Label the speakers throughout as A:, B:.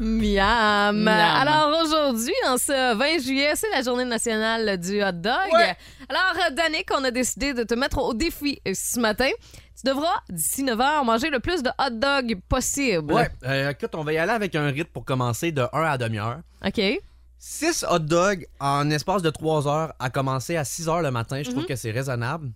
A: Miam!
B: Miam.
A: Alors aujourd'hui, en ce 20 juillet, c'est la journée nationale du hot dog. Alors, euh, Danick, on a décidé de te mettre au défi euh, ce matin. Tu devras, d'ici 9 h, manger le plus de hot dog possible.
C: Ouais, euh, écoute, on va y aller avec un rythme pour commencer de 1 à demi-heure.
A: OK?
C: 6 hot dogs en espace de 3 heures à commencer à 6 heures le matin, je trouve
A: Mhm.
C: que c'est raisonnable.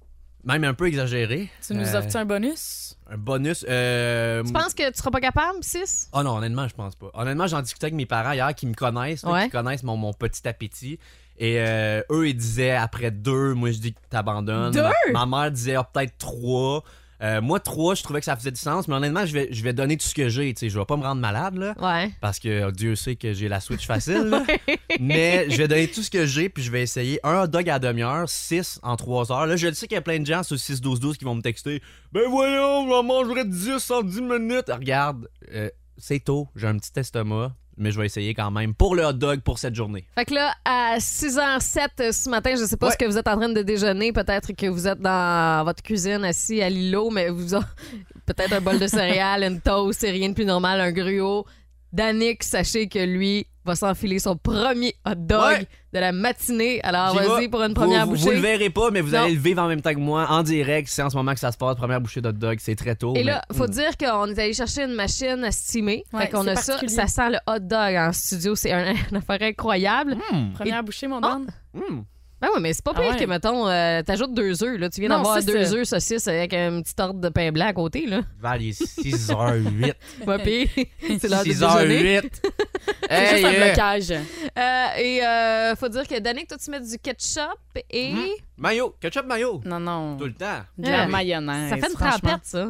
C: Même un peu exagéré.
B: Tu nous
C: Euh,
B: offres un bonus?
C: un bonus. euh,
A: Tu penses que tu seras pas capable, 6?
C: Ah non, honnêtement, je pense pas. Honnêtement, j'en discutais avec mes parents hier qui me connaissent, là,
A: Ouais.
C: qui connaissent mon, mon petit appétit. Et euh, eux, ils disaient après deux, moi je dis que t'abandonnes.
B: Deux?
C: Ma, ma mère disait ah, peut-être trois. Euh, moi, trois, je trouvais que ça faisait du sens, mais honnêtement, je vais, je vais donner tout ce que j'ai. tu sais, Je vais pas me rendre malade, là,
A: Ouais.
C: parce que oh, Dieu sait que j'ai la Switch facile. là. mais je vais donner tout ce que j'ai, puis je vais essayer un hot dog à demi-heure, six en trois heures. Là, je le sais qu'il y a plein de gens sur 6-12-12 qui vont me texter Ben voyons, j'en mangerai 10 en 10 minutes. Regarde, euh, c'est tôt, j'ai un petit estomac, mais je vais essayer quand même pour le hot dog pour cette journée.
A: Fait que là, à 6h07 euh, ce matin, je sais pas
C: Ouais.
A: ce que vous êtes en train de déjeuner. Peut-être que vous êtes dans votre cuisine assis à l'îlot, mais vous a- peut-être un bol de céréales, une toast, c'est rien de plus normal, un gruau. Danick, sachez que lui va s'enfiler son premier hot dog
C: Ouais.
A: de la matinée. Alors,
C: J'y
A: vas-y
C: vais.
A: pour une première
C: vous, vous-
A: bouchée.
C: Vous le verrez pas, mais vous
A: Non.
C: allez le vivre en même temps que moi, en direct. C'est en ce moment que ça se passe, première bouchée d'hot dog, c'est très tôt.
A: Et là,
C: mais-
A: faut dire qu'on est allé chercher une machine à steamer.
B: Ouais,
A: fait qu'on
B: c'est
A: a ça.
B: particulier.
A: Ça sent le hot dog en studio. C'est un, une affaire incroyable.
B: Première bouchée, mon
A: Ah!
B: Dan?
C: Mm.
A: Ben oui, mais c'est pas
B: Ah
A: pire
B: ouais.
A: que, mettons, euh, t'ajoutes deux œufs. là. Tu viens
B: Non,
A: d'avoir
B: ça, c'est-
A: deux œufs saucisses avec un petit ordre de pain blanc à côté. là.
C: Vers les 6h08.
A: Pas pire. c'est l'heure de déjeuner.
C: 6h08.
B: C'est
C: Hey, euh,
B: juste un
C: yeah.
B: blocage.
A: Euh, et euh, faut dire que, Danick, toi, tu mets du ketchup
B: Mmh.
A: et...
C: Mayo, ketchup mayo.
B: Non, non.
C: Tout le temps. Ah
B: De la
A: Ouais.
B: mayonnaise.
A: Ça fait une
B: franchement.
A: trempette, ça.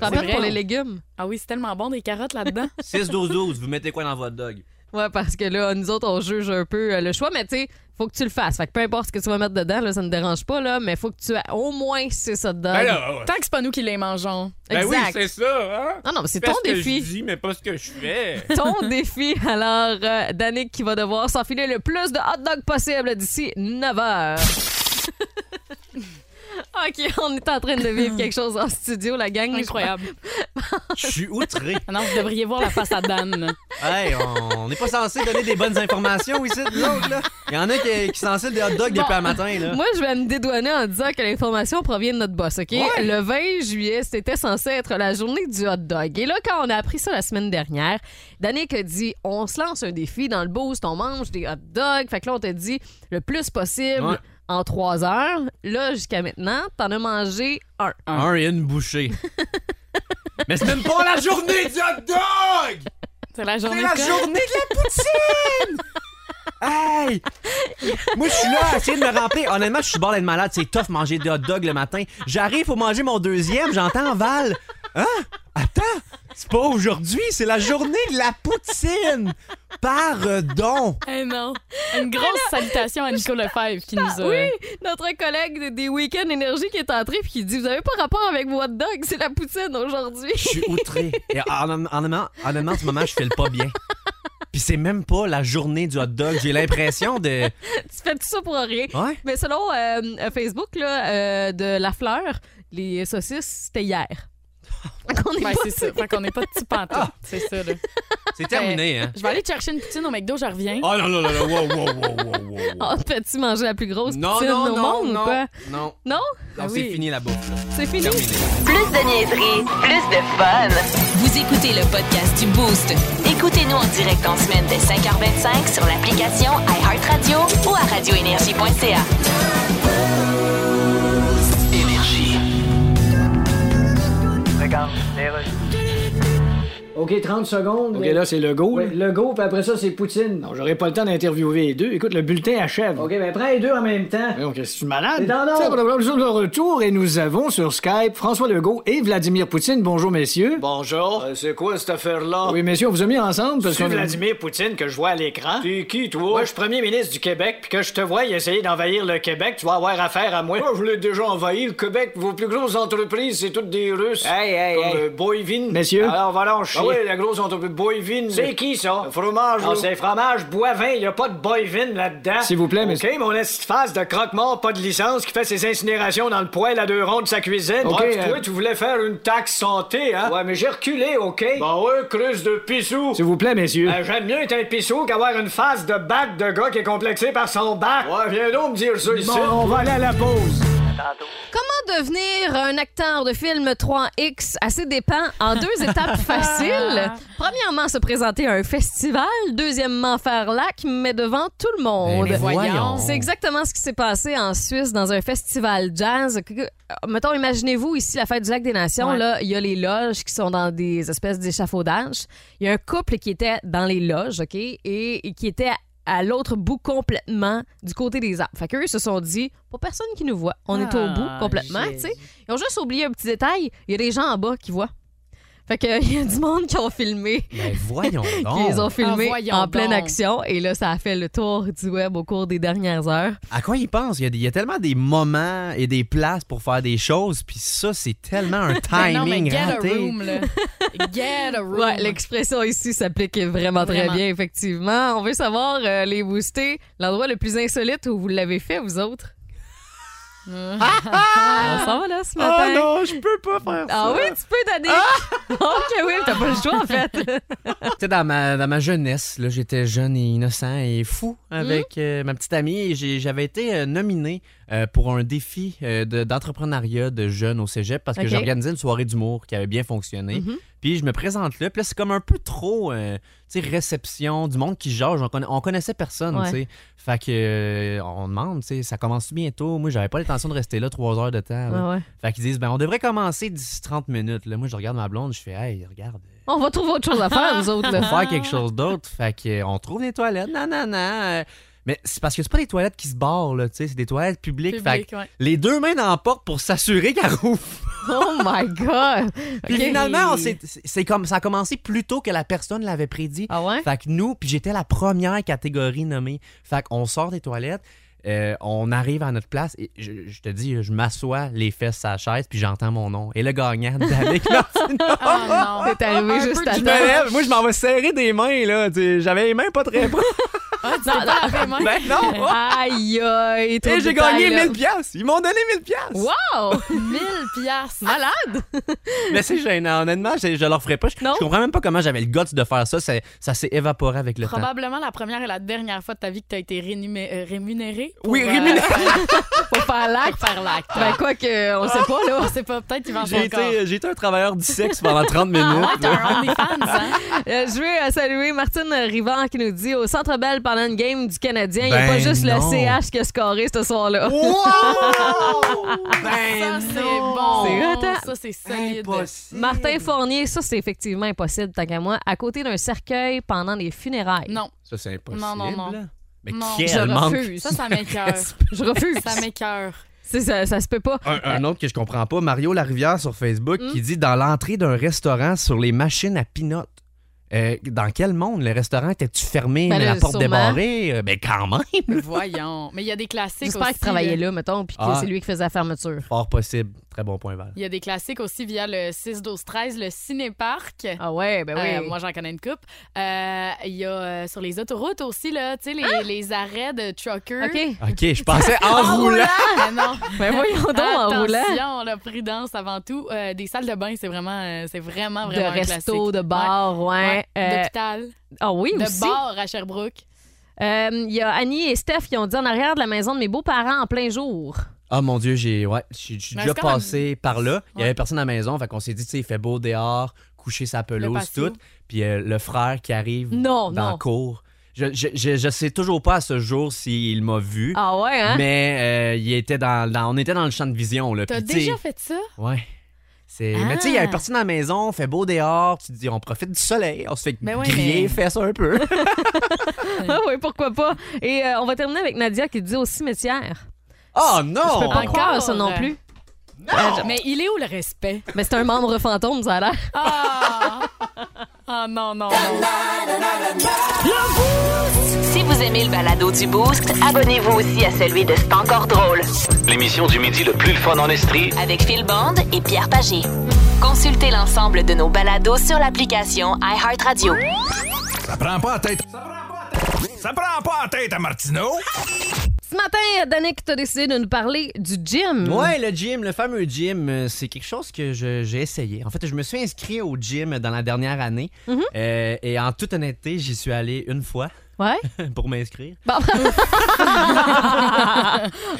A: Trempette
B: vrai,
A: pour les
B: hein.
A: légumes.
B: Ah oui, c'est tellement bon, des carottes là-dedans.
C: 6-12-12, vous mettez quoi dans votre dog?
A: Ouais, parce que là, nous autres, on juge un peu euh, le choix, mais tu sais, faut que tu le fasses. Fait que peu importe ce que tu vas mettre dedans, là, ça ne dérange pas, là, mais faut que tu aies au moins six hot
D: Ben
A: dogs.
C: Ah
B: Tant que c'est pas nous qui les mangeons.
A: exact.
D: ça, hein?
A: non, non, mais c'est ton défi.
D: dis, mais pas ce que je fais.
A: ton défi. Alors, euh, Danick qui va devoir s'enfiler le plus de hot dogs possible d'ici 9 heures. OK, on est en train de vivre quelque chose en studio, la gang.
B: Incroyable.
C: Je suis outré.
B: Ah Non, vous devriez voir la face à Dan.
C: Hey, on n'est pas censé donner des bonnes informations ici, nous autres, là. Il y en a qui, qui s'ensilent des hot dogs depuis un matin, là.
A: Moi, je vais me dédouaner en disant que l'information provient de notre boss, OK? Le 20 juillet, c'était censé être la journée du hot dog. Et là, quand on a appris ça la semaine dernière, Danick a dit on se lance un défi dans le boost, on mange des hot dogs. Fait que là, on t'a dit le plus possible
C: Ouais.
A: en trois heures. Là, jusqu'à maintenant, t'en as mangé un.
C: Un et une bouchée. Mais c'est même pas la journée du hot dog!
B: C'est la
C: C'est
B: journée.
C: la
B: de-
C: journée de la poutine! Hey! Moi, je suis là à essayer de me ramper. Honnêtement, je suis bord d'être malade. C'est tough manger des hot dogs le matin. J'arrive pour manger mon deuxième. J'entends Val. Hein? Attends! C'est pas aujourd'hui, c'est la journée de la poutine! Pardon!
B: Eh non. Une grosse salutation à Nico Lefebvre qui nous a.
A: Oui, notre collègue de- des Week-ends Énergie qui est entré puis qui dit Vous avez pas rapport avec vos hot dogs, c'est la poutine aujourd'hui.
C: Je suis outré. Et en- en- honnêtement, honnêtement, en ce moment, je file pas bien. Puis c'est même pas la journée du hot dog. J'ai l'impression de.
A: tu fais tout ça pour rien.
C: Ouais?
A: Mais selon euh, euh, Facebook là, euh, de La Fleur, les saucisses, c'était hier.
C: Ah,
A: On est
B: Ben,
A: pas-
B: c'est ça. Fait qu'on n'est pas petit pantoute. C'est ça, là.
C: C'est Ah. terminé, hein?
B: Je vais aller te chercher une poutine au McDo, je reviens.
C: Oh non, non, non, non, wow, wow, wow, wow, wow, wow.
A: Ah, fais-tu manger la plus grosse
C: Non,
A: poutine
C: non,
A: au
C: non,
A: monde ou
C: non,
A: quoi?
C: non.
A: Non? Ah
C: Non,
B: oui.
C: c'est fini la bouffe. là.
A: C'est fini.
C: Terminé.
E: Plus de niaiserie, plus de fun. Vous écoutez le podcast du Boost. Écoutez-nous en direct en semaine dès 5h25 sur l'application iHeartRadio ou à radioénergie.ca.
F: OK, 30 secondes.
G: OK, là, c'est Legault.
F: Ouais,
G: là.
F: Legault, puis après ça, c'est Poutine.
G: Non, j'aurais pas le temps d'interviewer les deux. Écoute, le bulletin achève.
F: OK, ben prends les deux en même temps.
G: Voyons, qu'est-ce que tu es malade?
F: Mais non, non.
G: Tiens, blablabla, nous sommes de retour et nous avons sur Skype François Legault et Vladimir Poutine. Bonjour, messieurs.
H: Bonjour. Euh, c'est quoi cette affaire-là?
G: Oui, messieurs, on vous a mis ensemble parce
H: C'est
G: qu'on...
H: Vladimir Poutine que je vois à l'écran. T'es qui, toi? Moi, je suis premier ministre du Québec, puis que je te vois essayer d'envahir le Québec, tu vas avoir affaire à moi. Moi, je l'ai déjà envahi, le Québec. Vos plus grosses entreprises, c'est toutes des Russes. Hey, hey, Comme euh, Boivin.
G: Messieurs.
H: Alors, voilà, on chie. Ah oui, la grosse entreprise Boivin. C'est qui, ça? fromage. Non, c'est fromage Boivin. Il a pas de Boivin là-dedans.
G: S'il vous plaît,
H: OK,
G: messieurs.
H: mais on laisse cette face de croque-mort, pas de licence, qui fait ses incinérations dans le poêle à deux ronds de sa cuisine.
G: OK,
H: Ah, puis
G: euh,
H: toi, tu voulais faire une taxe santé, hein? Ouais, mais j'ai reculé, OK? Bon, ouais, creuse de pissou.
G: S'il vous plaît, messieurs.
H: Euh, J'aime mieux être un pissou qu'avoir une face de bac de gars qui est complexé par son bac. Ouais, viens donc me dire ça ici.
G: Bon, on va aller à la pause.
A: Comment devenir un acteur de film 3X à ses dépens en deux étapes faciles? Premièrement, se présenter à un festival. Deuxièmement, faire lac, mais devant tout le monde.
C: Ben, voyons.
A: C'est exactement ce qui s'est passé en Suisse dans un festival jazz. Que- que- Mettons, imaginez-vous ici la fête du Lac des Nations.
B: Ouais.
A: Là, il y a les loges qui sont dans des espèces d'échafaudages. Il y a un couple qui était dans les loges, OK, et, et qui était à l'autre bout complètement du côté des arbres. Fait qu'eux, ils se sont dit, pas personne qui nous voit. On est au bout
B: Ah,
A: complètement, tu
B: Jésus.
A: sais. Ils ont juste oublié un petit détail. Il y a des gens en bas qui voient. Fait qu'il y a du monde qui ont filmé
C: Ben voyons
A: qui les ont
C: donc.
A: filmés
B: Ah, voyons
A: en pleine
B: donc.
A: action. Et là, ça a fait le tour du web au cours des dernières heures.
C: À quoi ils pensent? Il y, a des- il y a tellement des moments et des places pour faire des choses, puis ça, c'est tellement un
B: Mais
C: timing
B: Ben
C: hein,
B: non, mais get
C: raté.
B: a room, là. Get a room.
A: Ouais, l'expression ici s'applique vraiment très
B: Vraiment.
A: bien, effectivement. On veut savoir, euh, les boostés, l'endroit le plus insolite où vous l'avez fait, vous autres. On s'en va là ce matin.
C: Ah non, Ah! je peux pas faire ça.
A: Ah oui, tu peux, Danick! ok, oui, t'as pas le choix, en fait.
C: Tu sais, dans ma, dans ma jeunesse, là, j'étais jeune et innocent et fou
A: Hmm?
C: avec euh, ma petite amie. et j'ai- J'avais été euh, nominé euh, pour un défi euh, de- d'entrepreneuriat de, jeunes au cégep parce que
A: Ok. Mhm.
C: j'organisais une soirée d'humour qui avait bien fonctionné. Puis je me présente là, puis là, c'est comme un peu trop, euh, tu sais, réception du monde qui jauge. On, conna- on connaissait personne,
A: Ouais.
C: tu sais. Fait que, euh, on demande, tu sais, ça commence bientôt. Moi, j'avais pas l'intention de rester là trois heures de temps. là. Fait qu'ils disent, ben, on devrait commencer d'ici 30 minutes. Là, moi, je regarde ma blonde, je fais, hey, regarde.
A: On va trouver autre chose à faire, nous autres.
C: Pour
A: là.
C: faire quelque chose d'autre. Fait que, euh, on trouve des toilettes. Non, non, non. euh, Mais c'est parce que c'est pas des toilettes qui se barrent, là, tu sais, c'est des toilettes publiques. Fait
B: Public,
C: que
B: ouais.
C: les deux mains dans la porte pour s'assurer qu'elle rouvre.
A: Oh my God!
C: Puis
A: Ok.
C: finalement, on s'est- c'est comme ça a commencé plus tôt que la personne l'avait prédit.
A: Ah ouais?
C: Fait que nous, puis j'étais la première catégorie nommée. Fait qu'on sort des toilettes, euh, on arrive à notre place et je, je te dis, je m'assois les fesses à la chaise puis j'entends mon nom. Et le gagnant, Dalek Martineau.
B: Ah, non.
A: T'es arrivé juste à
C: Je me
A: temps.
C: lève, moi je m'en vais serrer des mains là, tu sais, j'avais les mains pas très proches.
B: Ah, tu t'es pas lavé, moi.
C: ben non.
A: Aïe, aïe! trop
C: Et
A: de
C: j'ai gagné
A: détails, là.
C: 1000 pièces. Ils m'ont donné 1000 pièces.
A: Wow!
B: 1000 piastres.
A: Ah, Malade!
C: Mais c'est gênant, honnêtement, je, je leur ferai pas. Je,
A: Non.
C: je comprends même pas comment j'avais le guts de faire ça, C'est- ça s'est évaporé avec le temps.
B: Probablement la première et la dernière fois de ta vie que t'as été rénumé- euh, rémunéré. pour,
C: Oui,
B: euh,
C: rémunéré.
A: Faut faire l'acte.
B: pour faire l'acte.
A: Ben quoi que, on sait pas, là.
B: On sait pas, peut-être qu'il va en
C: J'ai
B: faire encore.
C: été, j'ai été un travailleur du sexe pendant 30 minutes.
B: Ah ouais,
C: là.
B: t'as un OnlyFans, hein?
A: Euh, je veux euh, saluer Martine Rivard qui nous dit au Centre Bell pendant une game du Canadien, il n'y a
C: Ben
A: pas juste
C: non.
A: le CH qui a scoré ce soir-là.
C: Ben,
B: Ça, c'est bon.
A: C'est hot, hein?
B: Ça, c'est solide.
A: Martin Fournier, ça c'est effectivement impossible, tant qu'à moi, à côté d'un cercueil pendant les funérailles.
B: Non,
C: Ça, c'est impossible.
B: Non, non, non.
C: là. Mais
B: non.
C: quel
A: je
C: manque.
A: refuse.
B: Ça, ça m'écœure.
A: Je refuse.
B: ça m'écœure.
A: C'est- ça, ça se peut pas.
C: Un, un autre que je comprends pas, Mario Larivière sur Facebook,
B: Hmm?
C: qui dit dans l'entrée d'un restaurant sur les machines à pinottes. euh, dans quel monde le restaurant était-tu fermé,
A: Ben là,
C: la porte
A: sûrement.
C: débarrée? Euh, Ben quand même!
B: Mais Voyons. Mais il y a des classiques aussi. euh,
A: J'espère qu'il travaillait là, mettons, puis que
C: Ah.
A: c'est lui qui faisait la fermeture.
C: Fort possible. Très bon point, Val.
B: Il y a des classiques aussi via le 6-12-13, le cinéparc.
A: Ah ouais, ben oui.
B: Euh, moi, j'en connais une coupe. Euh, Il y a euh, sur les autoroutes aussi, là, tu sais, les, les arrêts de
A: Ah!
B: truckers.
A: OK.
C: OK, je pensais
B: Ah,
C: en roulant.
B: Mais non.
A: Ben voyons donc, en roulant.
B: Attention, la prudence avant tout. Euh, des salles de bain, c'est vraiment, euh, c'est vraiment,
A: De
B: vraiment un
A: resto,
B: classique.
A: de bar, ouais.
B: Ouais. Ouais.
A: Euh,
B: D'hôpital,
A: ah oui,
B: de
A: aussi.
B: bar à Sherbrooke.
A: Euh, Il y a Annie et Steph qui ont dit en arrière de la maison de mes beaux-parents en plein jour.
C: Ah mon Dieu, j'ai ouais, j'ai- j'ai
B: Mais
C: déjà
B: c'est quand même-
C: passé par là. Il y
B: Ouais.
C: avait personne à la maison, fait qu'on s'est dit, tu sais, il fait beau dehors, coucher sa pelouse,
B: patio.
C: tout. Puis euh, le frère qui arrive
A: Non,
C: dans
A: non.
C: le cours. Je, je, je- je sais toujours pas à ce jour s'il m'a vu,
A: Ah ouais, hein?
C: mais euh, il était dans, dans- on était dans le champ de vision. Là,
B: T'as
C: puis, tu sais,
B: déjà fait ça?
C: Ouais. C'est...
B: Ah.
C: Mais tu sais, il y a un parti dans la maison, fait beau dehors, tu te dis on profite du soleil, on se fait
B: Ben ouais,
C: griller,
B: mais-
C: fait ça un peu.
A: Ah oui, pourquoi pas. Et euh, on va terminer avec Nadia qui dit au cimetière.
C: oh non!
A: Je peux pas
B: Encore?
A: croire ça non plus.
C: Ah,
B: Mais il est où le respect?
A: Mais c'est un membre fantôme, ça a l'air.
B: Ah! ah non, non, non.
E: Si vous aimez le balado du Boost, abonnez-vous aussi à celui de C'est encore drôle
I: L'émission du midi le plus le fun en Estrie,
E: avec Phil Bond et Pierre Pagé. Consultez l'ensemble de nos balados sur l'application iHeartRadio.
D: Ça prend pas la tête. Ça prend pas la tête à Martineau.
A: Ce matin, Danick, t'as décidé de nous parler du gym.
C: Ouais, le gym, le fameux gym, euh, c'est quelque chose que je- j'ai essayé. En fait, je me suis inscrit au gym dans la dernière année.
A: Mhm.
C: Euh, et en toute honnêteté, j'y suis allé une fois
A: Ouais?
C: pour m'inscrire.
A: ok,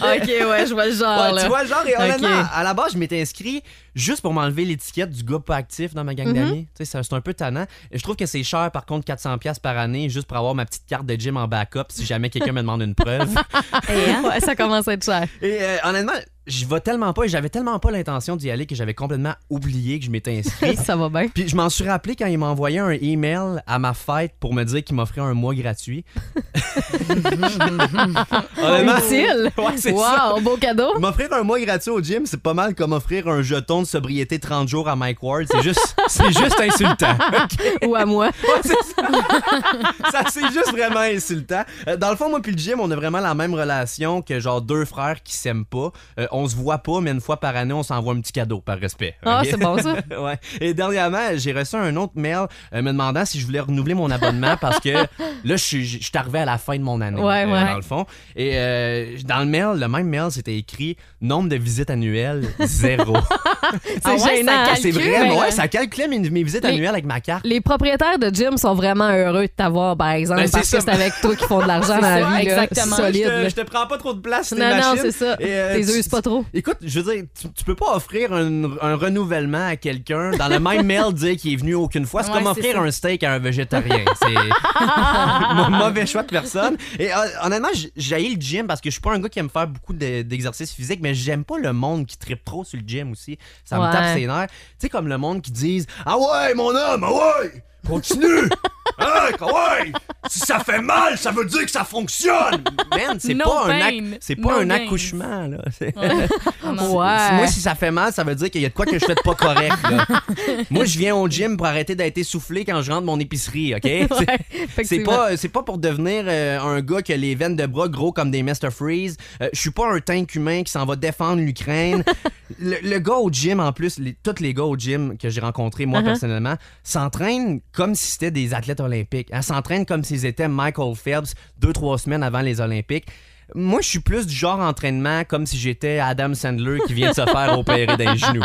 A: ouais, je vois le genre.
C: Ouais, tu vois, genre, et honnêtement,
A: Ok.
C: à la base, je m'étais inscrit juste pour m'enlever l'étiquette du gars pas actif dans ma
A: Mhm.
C: gang d'amis. Tu sais, c'est- c'est un peu tannant. Et Je trouve que c'est cher, par contre, 400$ par année, juste pour avoir ma petite carte de gym en backup si jamais quelqu'un me demande une preuve.
A: ouais, ça commence à être cher.
C: Et euh, honnêtement, j'y vais tellement pas et j'avais tellement pas l'intention d'y aller que j'avais complètement oublié que je m'étais inscrit.
A: ça va bien.
C: Puis je m'en suis rappelé quand il m'a envoyé un email à ma fête pour me dire qu'il m'offrait un mois gratuit. Honnêtement,
A: Utile.
C: Ouais, c'est ça.
A: Oh, wow, beau cadeau.
C: M'offrir un mois gratuit au gym, c'est pas mal comme offrir un jeton de sobriété 30 jours à Mike Ward. C'est juste, c'est juste insultant.
A: Ou à moi.
C: Ouais, c'est ça. Ça, c'est juste vraiment insultant. Euh, Dans le fond, moi puis le gym, on a vraiment la même relation que genre deux frères qui s'aiment pas. Euh, on se voit pas, mais une fois par année, on s'envoie un petit cadeau par respect.
A: Ah,
C: Ok?
A: c'est bon ça.
C: ouais. Et dernièrement, j'ai reçu un autre mail euh, me demandant si je voulais renouveler mon abonnement parce que là, je suis je suis arrivé à la fin de mon année, euh,
A: Ouais, ouais.
C: dans le fond. Et euh, dans le mail, le même mail, c'était écrit nombre de visites annuelles, zéro.
A: C'est
B: Ah ouais, ça
A: gênant.
B: calcule.
C: c'est vrai, mais
B: ben,
C: ouais,
B: euh,
C: ça calculait mes, mes visites
A: Mais-
C: annuelles avec ma carte.
A: Les propriétaires de gym sont vraiment heureux de t'avoir, par exemple,
C: Ben, c'est
A: parce
C: ça.
A: que c'est avec toi qu'ils font de l'argent dans
B: ça,
A: la vie. là.
B: exactement.
A: C'est solide.
C: Je te,
A: là.
C: je te prends pas trop de place, sur tes
A: Non, non,
C: machines.
A: c'est ça.
C: Et, euh,
A: T'es
C: tu-
A: use pas trop.
C: Écoute, je veux dire, tu, tu peux pas offrir un, un renouvellement à quelqu'un dans le même mail dire qu'il est venu aucune fois. C'est
B: Ouais,
C: comme
B: c'est
C: offrir
B: ça.
C: un steak à un végétarien. C'est mon mauvais choix de personne. Et euh, honnêtement, j- j'ai haï le gym parce que je suis pas un gars qui aime faire beaucoup de- d'exercices physiques, mais j'aime pas le monde qui tripe trop sur le gym aussi. Ça
A: Ouais.
C: me tape ses nerfs. Tu sais, comme le monde qui disent Ah ouais, mon homme, ah ouais, continue! Ah ouais! Si ça fait mal, ça veut dire que ça fonctionne! Man, c'est
B: No
C: pas, un,
B: pain,
C: acc- c'est pas
B: no
C: un
B: gain.
C: accouchement, là. C'est-
B: Ah non.
C: si- Moi,
A: Ouais.
C: si ça fait mal, ça veut dire qu'il y a de quoi que je fais de pas correct. là. Moi, je viens au gym pour arrêter d'être essoufflé quand je rentre mon épicerie, OK? C'est- C'est
A: effectivement.
C: pas, c'est pas pour devenir euh, un gars qui a les veines de bras gros comme des Mr. Freeze. Euh, je suis pas un tank humain qui s'en va défendre l'Ukraine. le, le gars au gym, en plus, les- tous les gars au gym que j'ai rencontrés,
A: Uh-huh.
C: moi, personnellement, s'entraînent comme si c'était des athlètes olympiques. Hein, s'entraînent comme s'ils étaient Michael Phelps deux, trois semaines avant les Olympiques. Moi, je suis plus du genre entraînement comme si j'étais Adam Sandler qui vient de se faire opérer d'un genou.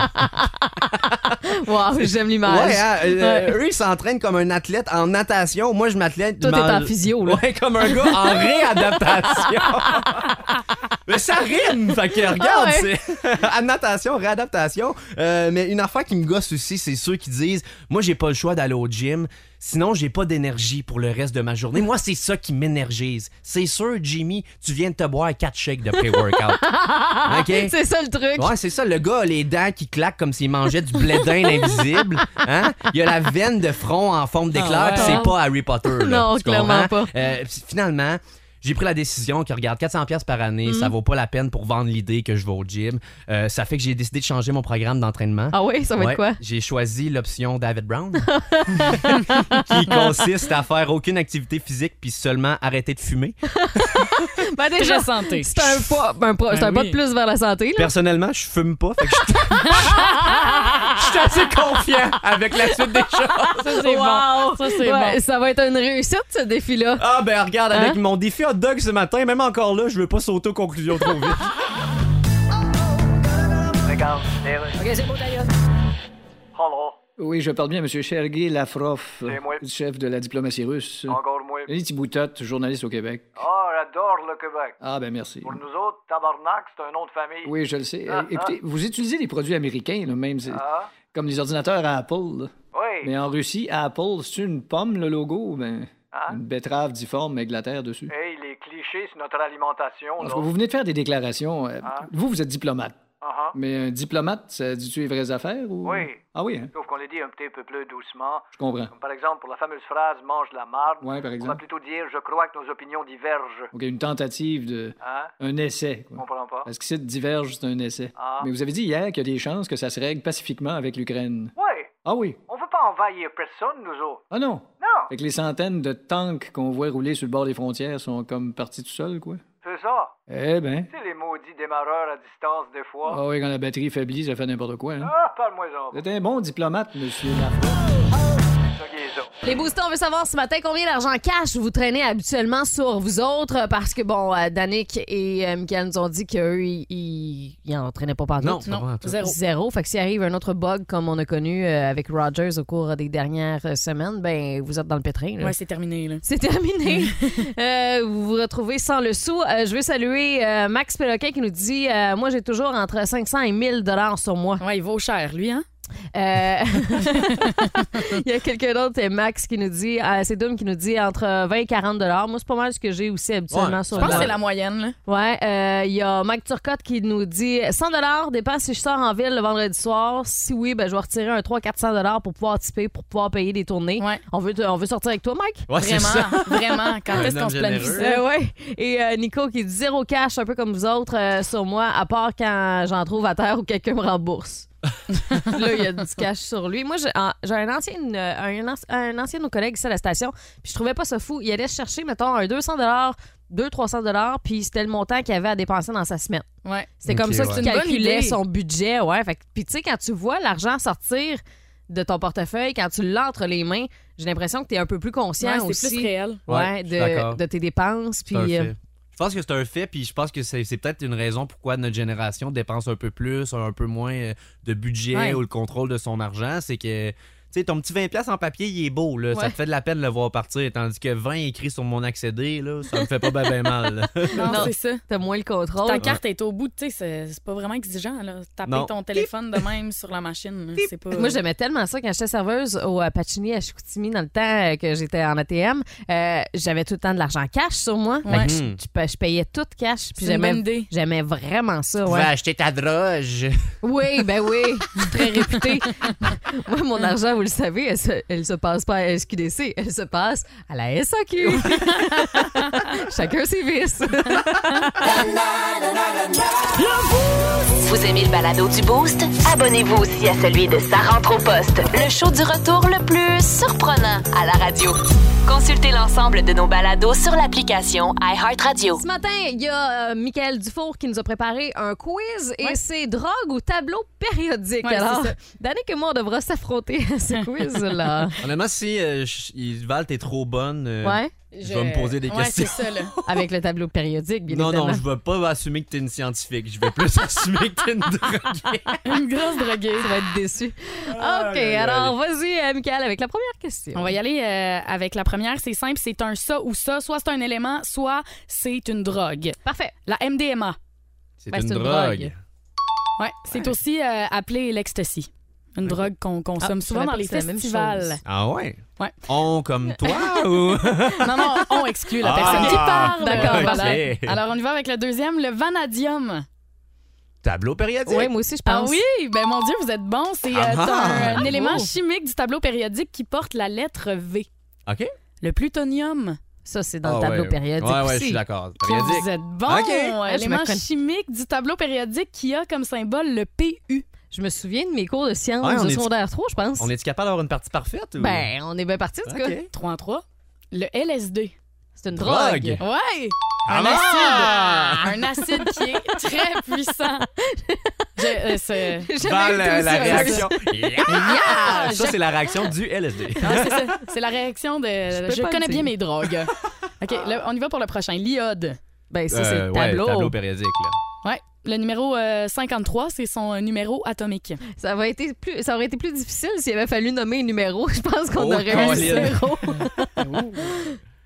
A: Wow, j'aime l'image.
C: Ouais, hein, euh,
A: Ouais.
C: eux, ils s'entraînent comme un athlète en natation. Moi, je m'athlète.
A: Toi, t'es
C: m'en-
A: en physio, là.
C: Ouais, comme un gars en réadaptation. mais ça rime, fait que regarde,
A: Ah
C: c'est adaptation, réadaptation. Euh, mais une affaire qui me gosse aussi, c'est ceux qui disent, moi, j'ai pas le choix d'aller au gym, sinon j'ai pas d'énergie pour le reste de ma journée. Moi, c'est ça qui m'énergise. C'est sûr, Jimmy, tu viens de te boire quatre shakes de pré-workout. OK?
A: C'est ça le truc.
C: Ouais, c'est ça. Le gars a les dents qui claquent comme s'il mangeait du blé d'Inde invisible. Hein? Il a la veine de front en forme d'éclair,
B: Ah ouais.
C: pis c'est pas Harry Potter. là,
A: Non,
C: tu
A: clairement
C: comprends?
A: pas.
C: Euh, pis finalement, j'ai pris la décision que, regarde, 400$ par
A: Mm.
C: année, ça vaut pas la peine pour vendre l'idée que je vais au gym. Euh, ça fait que j'ai décidé de changer mon programme d'entraînement.
A: Ah oui, ça va
C: Ouais,
A: être quoi?
C: J'ai choisi l'option David Brown, qui consiste à faire aucune activité physique puis seulement arrêter de fumer.
A: Ben
B: C'est
A: déjà,
B: la santé.
A: c'est un pas, un pas- c'est
B: Ben
A: un pas
B: oui.
A: de plus vers la santé. Là.
C: Personnellement, je fume pas, fait que je je suis assez confiant avec la suite des choses.
B: Ça, c'est bon. Ça, c'est
A: Ouais,
B: bon.
A: Ça va être une réussite, ce défi-là.
C: Ah ben regarde, avec
A: Hein?
C: mon défi hot dog ce matin, même encore là, je veux pas sauter aux conclusions trop vite.
G: Oui, je parle bien, à M. Sergei Lafroff, chef de la diplomatie russe. Encore moi. Lily Boutotte, journaliste au Québec.
H: Ah, j'adore le Québec.
G: Ah, ben merci.
H: Nous autres, tabarnak, c'est un nom de famille.
G: Oui, je le sais. Euh, Écoutez, vous utilisez des produits américains, là, même. c'est-
J: Ah.
G: Comme les ordinateurs à Apple. là.
H: Oui.
G: Mais en Russie, Apple, c'est une pomme, le logo? Ben, une betterave difforme avec de la terre dessus.
H: Hey, les clichés sur notre alimentation,
G: En tout cas, vous venez de faire des déclarations. euh, Vous, vous êtes diplomate.
J: Ah, ah.
G: Mais un diplomate, ça dit-tu les vraies affaires ou.
J: Oui.
G: Ah oui, hein?
J: Sauf qu'on les dit un petit peu plus doucement.
G: Je comprends.
J: Comme par exemple, pour la fameuse phrase mange la marde.
G: Ouais, par
J: On va
G: exemple.
J: plutôt dire je crois que nos opinions divergent.
G: OK, une tentative de.
J: Hein?
G: Un essai, quoi.
J: Comprends pas.
G: Parce que c'est diverge, c'est un essai.
J: Ah.
G: Mais vous avez dit hier qu'il y a des chances que ça se règle pacifiquement avec l'Ukraine.
J: Oui.
G: Ah oui.
J: On veut pas envahir personne, nous autres.
G: Ah non.
J: Non.
G: Fait que les centaines de tanks qu'on voit rouler sur le bord des frontières sont comme partis tout seuls, quoi.
J: C'est ça.
G: Eh ben.
J: Tu sais, les maudits démarreurs à distance, des fois.
G: Ah oui, quand la batterie faiblit, ça fait n'importe quoi, hein.
J: Ah, parle-moi-en.
G: Vous êtes un bon diplomate, monsieur Lafrance.
A: Les boosters, on veut savoir ce matin combien d'argent cash vous traînez habituellement sur vous autres parce que, bon, euh, Danick et euh, Michael nous ont dit qu'eux, ils, ils, ils en traînaient pas partout.
B: Non, Non, pas tout. zéro.
A: Zéro. Fait que s'il arrive un autre bug comme on a connu euh, avec Rogers au cours des dernières euh, semaines, ben, vous êtes dans le pétrin. là.
B: Ouais, c'est terminé, là.
A: C'est terminé. Euh, vous vous retrouvez sans le sou. Euh, je veux saluer euh, Max Péloquin qui nous dit euh, Moi, j'ai toujours entre 500 et 1000 dollars sur moi. Euh,
B: Ouais, il vaut cher, lui, hein?
A: Il y a quelqu'un d'autre, c'est Max qui nous dit euh, C'est Doom qui nous dit entre 20 et 40 dollars. Moi, c'est pas mal ce que j'ai aussi habituellement
B: Ouais.
A: sur
B: Je pense
A: moi.
B: que c'est la moyenne, là.
A: Ouais, euh, il y a Mike Turcotte qui nous dit 100 dollars dépense si je sors en ville le vendredi soir. Si oui, ben je vais retirer un 3 400 dollars pour pouvoir tiper, pour pouvoir payer des tournées. On veut te- on veut sortir avec toi, Mike
B: Ouais, c'est Vraiment, ça. vraiment. Quand Un est-ce qu'on homme se planifie généreux. ça?
A: Euh, ouais. Et euh, Nico qui dit zéro cash un peu comme vous autres euh, sur moi à part quand j'en trouve à terre ou quelqu'un me rembourse. là, il y a du cash sur lui. Moi, j'ai ah, j'ai un ancien, euh, un, anci- un ancien de nos collègues ici à la station, puis je trouvais pas ça fou. Il allait chercher, mettons, un 200 2 300 puis c'était le montant qu'il avait à dépenser dans sa semaine.
B: Ouais.
A: C'est
B: Ok,
A: comme ça
B: ouais.
A: qu'il
B: C'est une bonne
A: calculait
B: idée.
A: son budget, ouais. Fait que- puis tu sais, quand tu vois l'argent sortir de ton portefeuille, quand tu l'as entre les mains, j'ai l'impression que tu es un peu plus conscient
B: Ouais, c'est
A: aussi.
B: plus réel.
A: Ouais,
C: Ouais, je suis
A: de,
C: d'accord.
A: de tes dépenses.
C: C'est un
A: Puis, euh,
C: fait. Je pense que c'est un fait, puis je pense que c'est c'est peut-être une raison pourquoi notre génération dépense un peu plus, un peu moins euh, de budget
A: Ouais.
C: ou le contrôle de son argent. C'est que, tu sais, ton petit 20$ en papier, il est beau, là.
A: Ouais.
C: Ça te fait de la peine de le voir partir. Tandis que 20 écrit sur mon accédé, là, ça me fait pas ben, ben mal.
B: Non, c'est ça. Oh,
A: T'as moins le contrôle.
B: Ta carte est au bout, tu sais, c'est- c'est pas vraiment exigeant, là. Taper
C: Non.
B: ton téléphone de même sur la machine, là, c'est pas...
A: Moi, j'aimais tellement ça quand j'étais serveuse au euh, Pacini à Chicoutimi dans le temps euh, que j'étais en ATM. euh, j'avais tout le temps de l'argent cash sur moi. Fait que
C: Ouais.
A: je,
C: Mhm.
A: je pa- je payais tout cash. Puis
B: C'est une
A: j'aimais-
B: bonne idée.
A: J'aimais vraiment
C: Tu
A: ça. ouais.
C: vas acheter ta droge.
A: Oui, ben oui, je suis très réputée. Moi, mon argent, vous le savez, elle se, elle se passe pas à SQDC, elle se passe à la SAQ. Chacun ses vices.
E: Vous aimez le balado du Boost? Abonnez-vous aussi à celui de Sa rentre au poste, le show du retour le plus surprenant à la radio. Consultez l'ensemble de nos balados sur l'application iHeartRadio.
A: Ce matin, il y a euh, Michael Dufour qui nous a préparé un quiz et c'est drogue ou tableau périodique.
B: Ouais,
A: Alors,
B: c'est ça.
A: Danick et moi, on devra s'affronter à ce quiz-là.
C: Honnêtement, si euh, je- il- Val, t'es trop bonne, euh,
A: Ouais.
C: je vais me poser des
A: Ouais,
C: questions.
A: c'est ça, là. Avec le tableau périodique, bien
C: non,
A: évidemment.
C: non, je vais pas assumer que t'es une scientifique. Je vais plus assumer que t'es une droguée.
B: Une grosse droguée.
A: Tu vas être déçu.
B: Ah,
A: OK,
B: aïe, aïe,
A: alors vas-y, euh, Michael, avec la première question.
B: On va y aller euh, avec la première. C'est simple, c'est un ça ou ça. Soit c'est un élément, soit c'est une drogue.
A: Parfait.
B: La MDMA.
C: C'est
B: Ben,
C: une,
B: c'est une
C: drogue.
B: drogue. Ouais, c'est aussi euh, appelé l'ecstasy. Une drogue qu'on consomme
A: Ah, je
B: souvent
A: savais
B: dans
A: pas
B: les
A: que c'était la même
B: festivals.
A: chose.
C: Ah ouais?
B: Ouais.
C: On comme toi ou.
B: non, non, on exclut la
C: Ah,
B: personne qui parle.
C: d'accord,
B: Voilà.
C: ok.
B: Alors, on y va avec le deuxième, le vanadium.
C: Tableau périodique.
B: Ah oui, ben mon Dieu, vous êtes bon. C'est euh,
C: Ah,
B: un,
C: ah.
B: élément
C: Bravo.
B: chimique du tableau périodique qui porte la lettre V.
C: OK.
B: Le plutonium.
A: Ça, c'est
C: Ah ouais, ouais. Ouais, ouais, je suis d'accord. Périodique.
B: Vous êtes bon.
C: OK.
A: Ah, je
B: Élément
A: me connais.
B: chimique du tableau périodique qui a comme symbole le PU.
A: Je me souviens de mes cours de sciences
C: Ouais, on
A: de
C: est-
A: secondaire 3, je pense.
C: On est-tu capable d'avoir une partie parfaite ou.
A: Ben, on est bien parti, en tout cas.
C: OK.
B: 3 en 3. Le LSD.
A: C'est une
C: Drogue.
A: drogue.
B: Ouais!
C: Ah
B: Un
C: non!
B: acide! Un acide qui est très puissant. Je- euh, c'est-
C: Val,
B: Jamais
C: euh, la
B: été aussi heureuse.
C: réaction. Yeah! Ça, c'est la réaction du LSD.
B: Ah, c'est ça. C'est la réaction de. Je,
A: peux pas
B: connais
A: le
B: bien
A: dire.
B: mes drogues. OK, là, on y va pour le prochain. L'iode.
A: Ben, ça,
C: Euh,
A: c'est le
C: ouais,
A: tableau.
C: tableau périodique, là.
B: Ouais. Le numéro euh, 53, c'est son euh, numéro atomique.
A: ça, aurait été plus, ça aurait été plus difficile s'il avait fallu nommer un numéro. Je pense qu'on
B: Oh,
A: aurait eu
B: Colin.
A: zéro.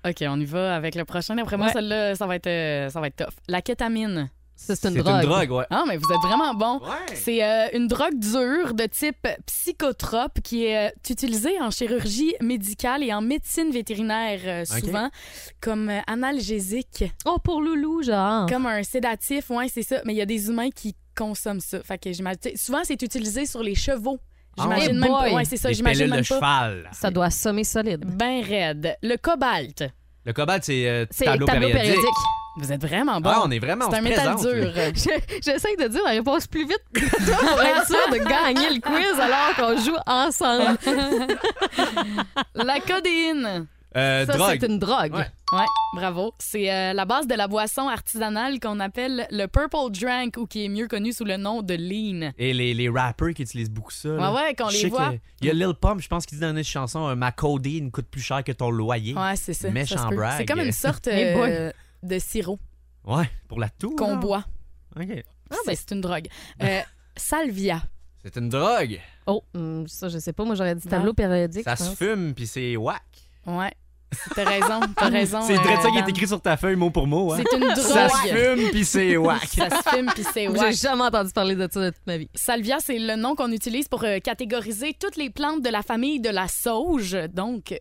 B: OK, on y va avec le prochain. Après moi,
A: Ouais.
B: celle-là, ça va, être, euh, ça va être tough. La kétamine.
A: Ça, c'est une
C: C'est une
A: drogue.
C: drogue, ouais.
B: Ah, mais vous êtes vraiment bon.
C: Ouais.
B: C'est euh, une drogue dure de type psychotrope qui est euh, utilisée en chirurgie médicale et en médecine vétérinaire euh,
A: OK.
B: souvent comme euh, analgésique.
A: Oh, pour Loulou, genre.
B: Comme un sédatif, ouais, c'est ça. Mais il y a des humains qui consomment ça. Fait que j'imagine. tu sais, Souvent, c'est utilisé sur les chevaux.
A: Ah
B: J'imagine
A: ouais.
B: même pas.
A: Boy.
B: Ouais, c'est ça,
C: Les
B: j'imagine
C: pellules
B: même
C: de
B: pas.
C: cheval.
A: Ça doit sommer solide.
B: Ben raide. Le cobalt.
C: Le cobalt, c'est euh,
A: C'est
C: tableau,
A: tableau
C: périodique.
A: périodique.
B: Vous êtes vraiment bon.
C: Ah, on est vraiment,
B: C'est
C: on
B: un
C: se
B: métal
C: présente, là.
B: dur.
A: Je- J'essaie de dire la réponse plus vite que toi pour être sûr de gagner le quiz alors qu'on joue ensemble.
B: la codéine.
C: Euh,
A: Ça,
C: drogue.
A: c'est une drogue.
C: Ouais.
B: Ouais, bravo. C'est euh, la base de la boisson artisanale qu'on appelle le purple drink ou qui est mieux connu sous le nom de lean.
C: Et les, les rappers qui utilisent beaucoup ça. là.
B: Ouais, ouais, qu'on
C: Euh, Je
B: les
C: sais
B: voit.
C: que- Il y a Lil Pump, je pense qu'il dit dans une chanson euh, Ma codine coûte plus cher que ton loyer.
B: Ouais, c'est ça.
C: Méchant
B: ça se peut.
C: brag.
B: C'est comme une sorte
A: Hey boy.
B: euh, de sirop
C: Ouais, pour la toux.
B: qu'on
C: là.
B: boit.
C: Ok.
A: Ah,
B: C'est-
A: ben.
B: c'est une drogue. Euh, salvia.
C: C'est une drogue.
A: Oh, hum, ça, je sais pas. Moi, j'aurais dit
B: Non.
A: tableau périodique.
C: Ça
A: je
C: se
A: pense.
C: fume, puis c'est whack.
B: Ouais. T'as raison, t'as raison.
C: C'est vrai
B: euh,
C: ça qui
B: Dan.
C: est écrit sur ta feuille mot pour mot. Hein?
B: C'est une drogue.
C: Ça se fume, puis c'est whack.
B: Ça se fume, puis c'est wack.
A: J'ai jamais entendu parler de ça de toute ma vie.
B: Salvia, c'est le nom qu'on utilise pour euh, catégoriser toutes les plantes de la famille de la sauge. Donc,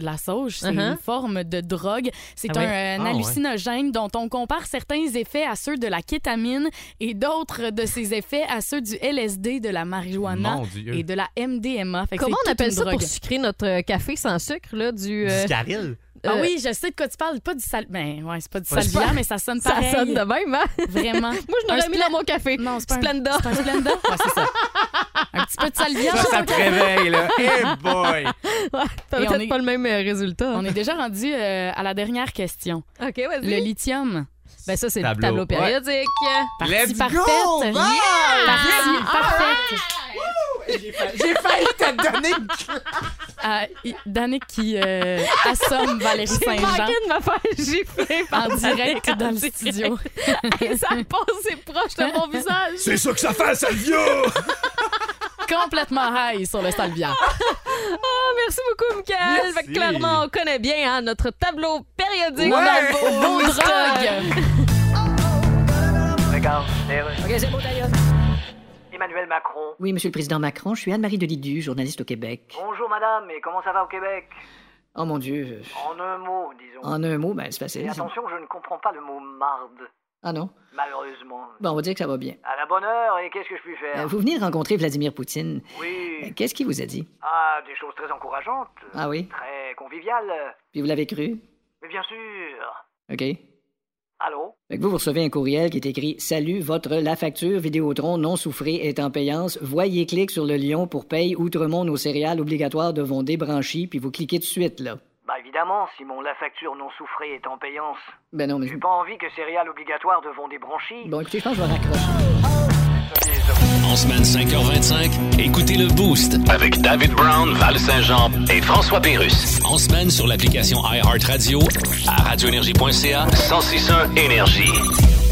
B: la sauge, c'est
A: Uh-huh.
B: une forme de drogue. C'est
A: Ah
B: un,
A: oui.
B: euh, un
C: Ah,
B: hallucinogène dont on compare certains effets à ceux de la kétamine et d'autres de ses effets à ceux du LSD, de la marijuana
C: Mon Dieu.
B: et de la MDMA. Fait que
A: Comment on
B: c'est toute
A: appelle
B: une
A: ça
B: drogue.
A: pour sucrer notre euh, café sans sucre, là, du... euh,
C: Du caril.
B: Ah
A: euh,
B: oui, je sais de quoi tu parles. Pas du sal... Ben, ouais, c'est pas du
C: Ouais, c'est
B: salvia,
C: pas-
B: mais ça sonne
A: ça
B: pareil.
A: sonne de même, hein?
B: Vraiment.
A: Moi, je l'aurais
B: Un
A: mis
B: splen-
A: dans mon café.
B: Non, c'est pas un-
A: Splenda.
B: C'est un Splenda? Ouais, c'est ça. Un petit peu de salvia.
C: Ça, ça te réveille, là. Hey boy!
A: T'as
B: Et on
A: peut-être
B: est-
A: pas le même euh, résultat.
B: On est déjà rendu euh, à la dernière question.
A: OK, vas-y.
B: Le lithium.
A: Ben ça, c'est le
C: Tableau.
A: tableau périodique.
B: Partie
C: Let's go,
B: parfaite.
C: va!
B: Yeah! Partie parfaite.
C: J'ai failli te donner une
B: Ah, y- Danick qui euh, assomme Valérie
A: J'ai
B: Saint-Jean
A: manqué de me faire gifler par
B: en direct dans le studio.
A: Et ça passe, c'est proche de mon visage.
D: C'est ça que ça fait, ça vieux!
B: Complètement high sur le salvia.
A: Oh, merci beaucoup, Michael.
C: Merci.
A: Fait que clairement, on connaît bien hein, notre tableau périodique.
C: Ouais.
A: Bravo.
B: Beau drogue.
J: Regarde, Emmanuel Macron.
K: Oui, Monsieur le Président Macron, je suis Anne-Marie Delidu, journaliste au Québec.
J: Bonjour madame, et comment ça va au Québec
K: Oh mon Dieu, euh,
J: En un mot, disons.
K: en un mot, ben c'est
J: Et
K: facile. ça.
J: attention, je ne comprends pas le mot marde,
K: Ah non?
J: malheureusement.
K: Bon, on va dire que ça va bien.
J: À la bonne heure, et qu'est-ce que je puis
K: Euh,
J: faire
K: Vous venez rencontrer Vladimir Poutine. Euh,
J: Oui.
K: Qu'est-ce qu'il vous a dit?
J: Ah, des choses très encourageantes.
K: Ah oui?
J: Très conviviales.
K: Puis vous l'avez cru?
J: Mais bien sûr.
K: OK. Fait
J: Allô
K: que vous, vous recevez un courriel qui est écrit Salut, votre la facture Vidéotron non souffrée est en payance. Voyez clic sur le lion pour paye outremont nos céréales obligatoires devront débrancher, puis vous cliquez tout de suite, là.
J: Bah évidemment, Simon, la facture non souffrée est en payance.
K: Ben non, mais.
J: J'ai pas envie que céréales obligatoires devant des branchies.
K: Bon, écoutez, je pense que je vais raccrocher.
I: En semaine 5h25, écoutez le Boost avec David Brown, Val Saint-Jean et François Pérus. En semaine sur l'application iHeartRadio à radioénergie.ca 1061 énergie.